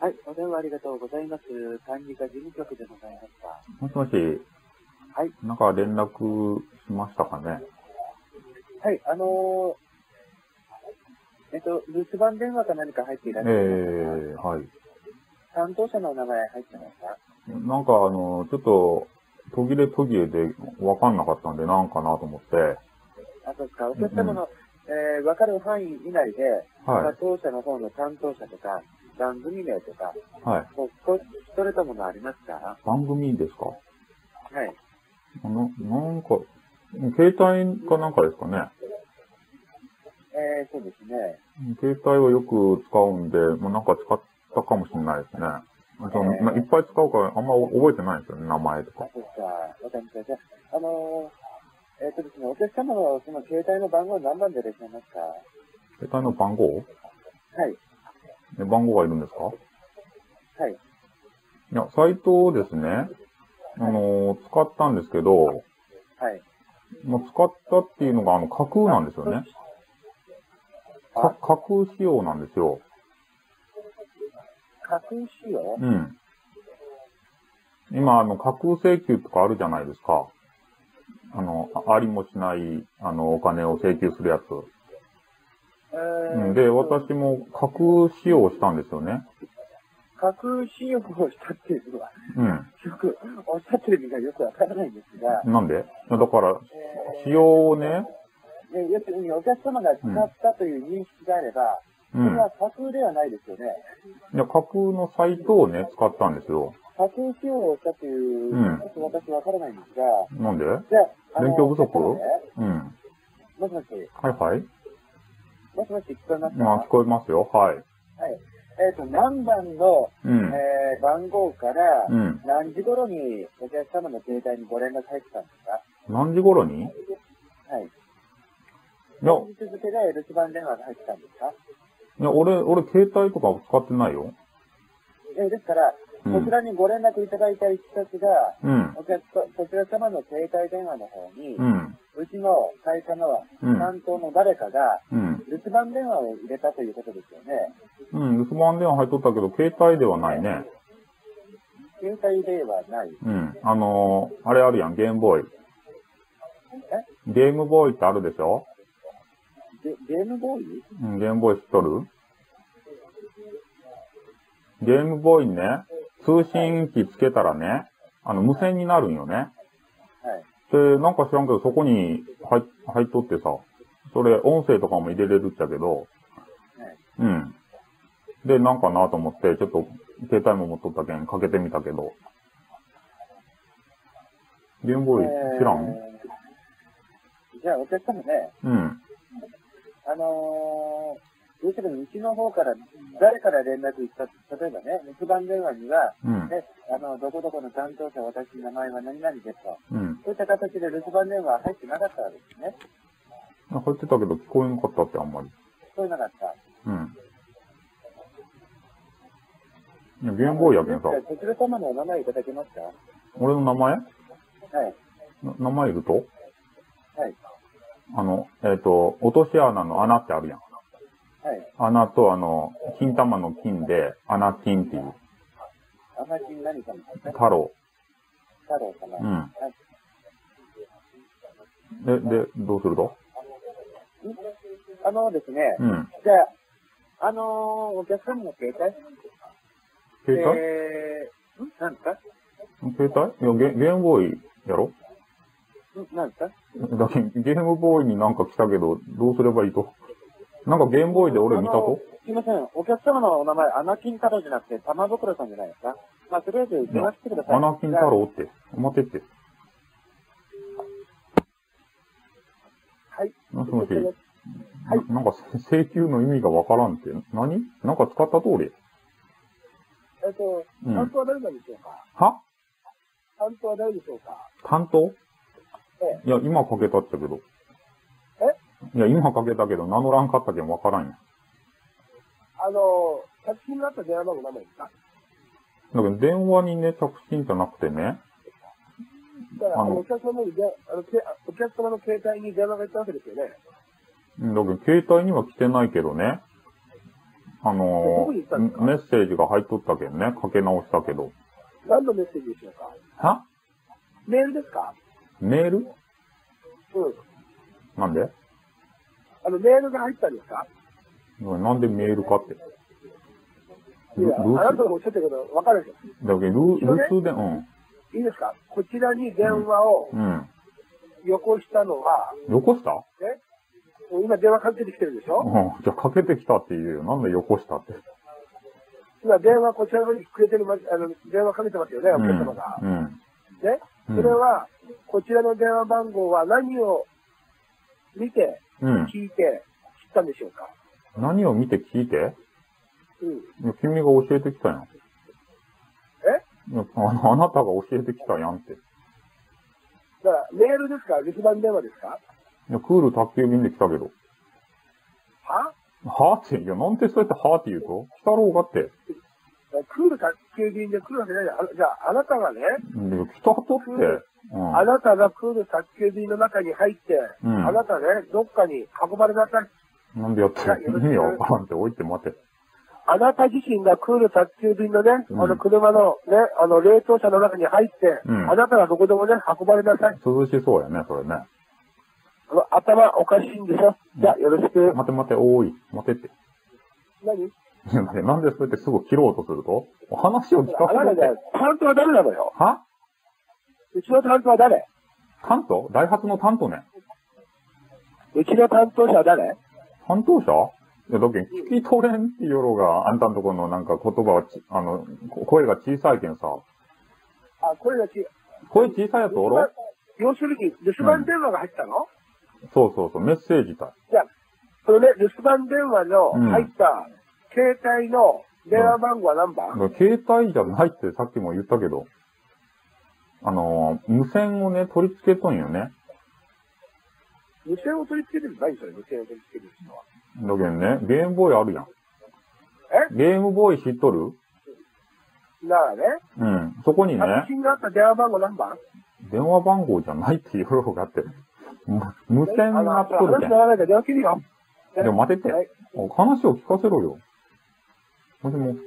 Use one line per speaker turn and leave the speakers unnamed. はい、お電話ありがとうございます。管理課事務局でございました。
もしもし、
はい。
なんか連絡しましたかね
はい、あのー、えっと、留守番電話か何か入っていら
え
っ
え
しゃいますか、
はい。
担当者のお名前入ってますか
なんかあの、ちょっと、途切れ途切れでわかんなかったんで、なんかなと思って、
あ、そうですか。お客様の、えー、わかる範囲以内で、
はい、
当社の方の担当者とか、番組名とか、
はい。
もうこそれたものありますかは
番組ですか
い。
あの、なんか、携帯かなんかですかね
えー、そうですね。
携帯はよく使うんで、もうなんか使ったかもしれないですね。その
えー
まあいっぱい使うから、あんま覚えてないんですよね、名前と
あ
か。、
そうですか。わかりました。じゃあ、あのー、えっ、とですね、お客様はその携帯の番号何番でいらっしゃいますか
携帯の番号
はい。
え番号がいるんですか
はい。
いや、サイトをですね、あのー使ったんですけど、
はい。
まあ、使ったっていうのが、あの、架空なんですよね。
あ
か、架空仕様なんですよ。
架空仕様
うん。今、あの、架空請求とかあるじゃないですか。あの、あありもしない、あの、お金を請求するやつ。
え
う
ー
ん、で、私も架空使用したんですよね。
架空使用をしたっていうのは、
う
よくおっしゃってる意味がよくわからないんですが、
ん。なんでいやだから、
え
使用をね、
ーね要するにお客様が使ったという認識があれば、
う
そ
ん
れ。は架空ではないですよね。
いや、架空のサイトをね、使ったんですよ。
架空使用をしたという、
うん
ちょっと私わからないんですが、
なんで
じゃあ、あの
勉強不足
ちょっとね
う
も
ん。
しもし、
はいはい。
もしもし聞こえますか、
まあ、聞こえますよ。はい。
えっ、と、何番の、
うん。
えー番号から、
うん。
何時頃にお客様の携帯にご連絡入ってたんですか
何時頃にい
はい。
や、
本日付で留守番電話が入ってたんですか
いや、俺、俺、携帯とかを使ってないよ。
えーですから、
う
こち
ん。
らにご連絡いただいた一冊が、
うん。
お客さこちら様の携帯電話の方に、う
うん。
ちの会社の
うん。
担当の誰かが
うん。
留守番電話を入れたということですよね。
うん。留守番電話入っとったけど、携帯ではないね。
携帯ではない。
うん。あのー、あれあるやん、ゲームボーイ。ゲームボーイってあるでしょ
ゲゲームボーイ
うん、ゲームボーイ知っとるゲームボーイね、通信機つけたらね、あの、無線になるんよね。
はい。
で、なんか知らんけど、そこに入っ入っとってさ、それ、音声とかも入れれるっちゃけど、うん。で、なんかなと思って、ちょっと、携帯も持っとったけん、かけてみたけど。ゲームボーイ、知らん、
えーじゃあお客様ね、
うん。
あのー、要するにうちの方から誰から連絡いった、例えばね、留守番電話には、
うん。
ね、あの、どこどこの担当者、私の名前は何々ですと。
うん。
そういった形で留守番電話は入ってなかったわけですね。
入ってたけど、聞こえなかったって、あんまり。
聞こえなかった。
うん。いや、ゲームボーイやけんさ、
こちら様のお名前いただけますかは
俺の名前
い。
な名前いると
はい。
あの、えっ、と、落とし穴の穴ってあるやん。
はい。
穴とあの、金玉の金で、穴金っていう。
あまり何様ですね。
太郎。
太郎様。
う
は
ん。
い。
で、で、どうすると
あのですね、
うん。
じゃあ、あのー、お客様の携帯
携帯、
えー、ん何ですか
携帯いやゲ、ゲームボーイやろ
ん何ですか
だけどゲームボーイになんか来たけど、どうすればいいとなんかゲームボーイで俺見たと
すいません、お客様のお名前、アナキン太郎じゃなくて、玉袋さんじゃないですかまあ、とりあえず電話してください。
アナキン太郎って。待ってって。
はい。
もしもし。
はい
ななんか請求の意味がわからんって。何なんか使った通り。
えっと、
うん
担当は誰なんでしょうか、
は
担当は誰でしょうか
担当
え
いや、今かけたっちゃけど。えいや、今かけたけど、名乗らんかったけんわからんや。
あの、作品になった電話番号何番ですか
だけど、電話にね、着信じゃなくてね。
だから、
あ
あ
の
のお客様にであのけお客様の携帯に電話がいったわけですよね。
うんだけど、携帯には来てないけどね。あの
どこに行ったんです
ー、
か
メッセージが入っとったけんね、かけ直したけど。
何のメッセージでしょうか
は
メールですか
メール
うん。
なんで
あの、メールが入ったんですか
なんでメールかって。
い
ルル
や、あなた
ー
のおっしゃったけど、わかるでし
ス、だけどルールースで、うん。
ょいいですかこちらに電話を
うん。
よこしたのは、
よこした
もう今電話かけてきてるでしょ
うん。じゃあ、かけてきたって言うよ。なんでよこしたって。
今電話こちらの方にくれてるま、あの、電話かけてますよね、お
うん。う
客
ん
様が。。ね
うん
それは、こちらの電話番号は何を見て、
うん。
聞いて、知ったんでしょうか
何を見て聞いて
うん。
いや君が教えてきたやん。えあの、あなたが教えてきたやんって。い
だから、メールですか留守番電話ですか
や、クール宅急便で来たけど。
は
はぁって、いや、なんてそうやってはぁって言うと来たろうがって。
クール宅急便で来るわけないじゃんあじゃあ、あなたがね、
で来たとって。うん。
あなたがクール宅急便の中に入って、
うん
あなたね、どっかに運ばれなさい。
なんでやってる意味わからんって、おいって待て。
あなた自身がクール宅急便のね、
うん
あの車のね、あの冷凍車の中に入って、
うん
あなたがどこでもね、運ばれなさい。
涼しそうやね、それね。
あの頭おかしいんでしょじゃあ、よろしく。
待て待て、おーい、待てって。
何
いやなんでそうやってすぐ切ろうとすると話を聞か
あなた
せて
ね。、担当は誰なのよ
は
うちの担当は誰
担当ダイハツの担当ね。
うちの担当者は誰
担当者いや、だけん聞き取れんってよろが、あんたんとこのなんか言葉はち、あの、こ声が小さいけんさ。
あ、これだけ。
声小さいやつおろ
要するに、留守番電話が入ったの、
そうそうそう、メッセージ体。
そのね、留守番電話の入った携帯の電話番号は何番、
携帯じゃないってさっきも言ったけど、あのー、無線をね、取り付けとんよね。
無線を取り付けてる何それ無線を取り付けてるのは。
だけんね、ゲームボーイあるやん。えゲームボーイ知っとる
だからね、
うん。そこにね、
発信があった電話番号何番
電話番号じゃないってよろがあって、む無線
あ
に
の
なっとる
話
けん
な。らないから電話切るよ。
でも待てって
はい。
お話を聞かせろよ。もしもし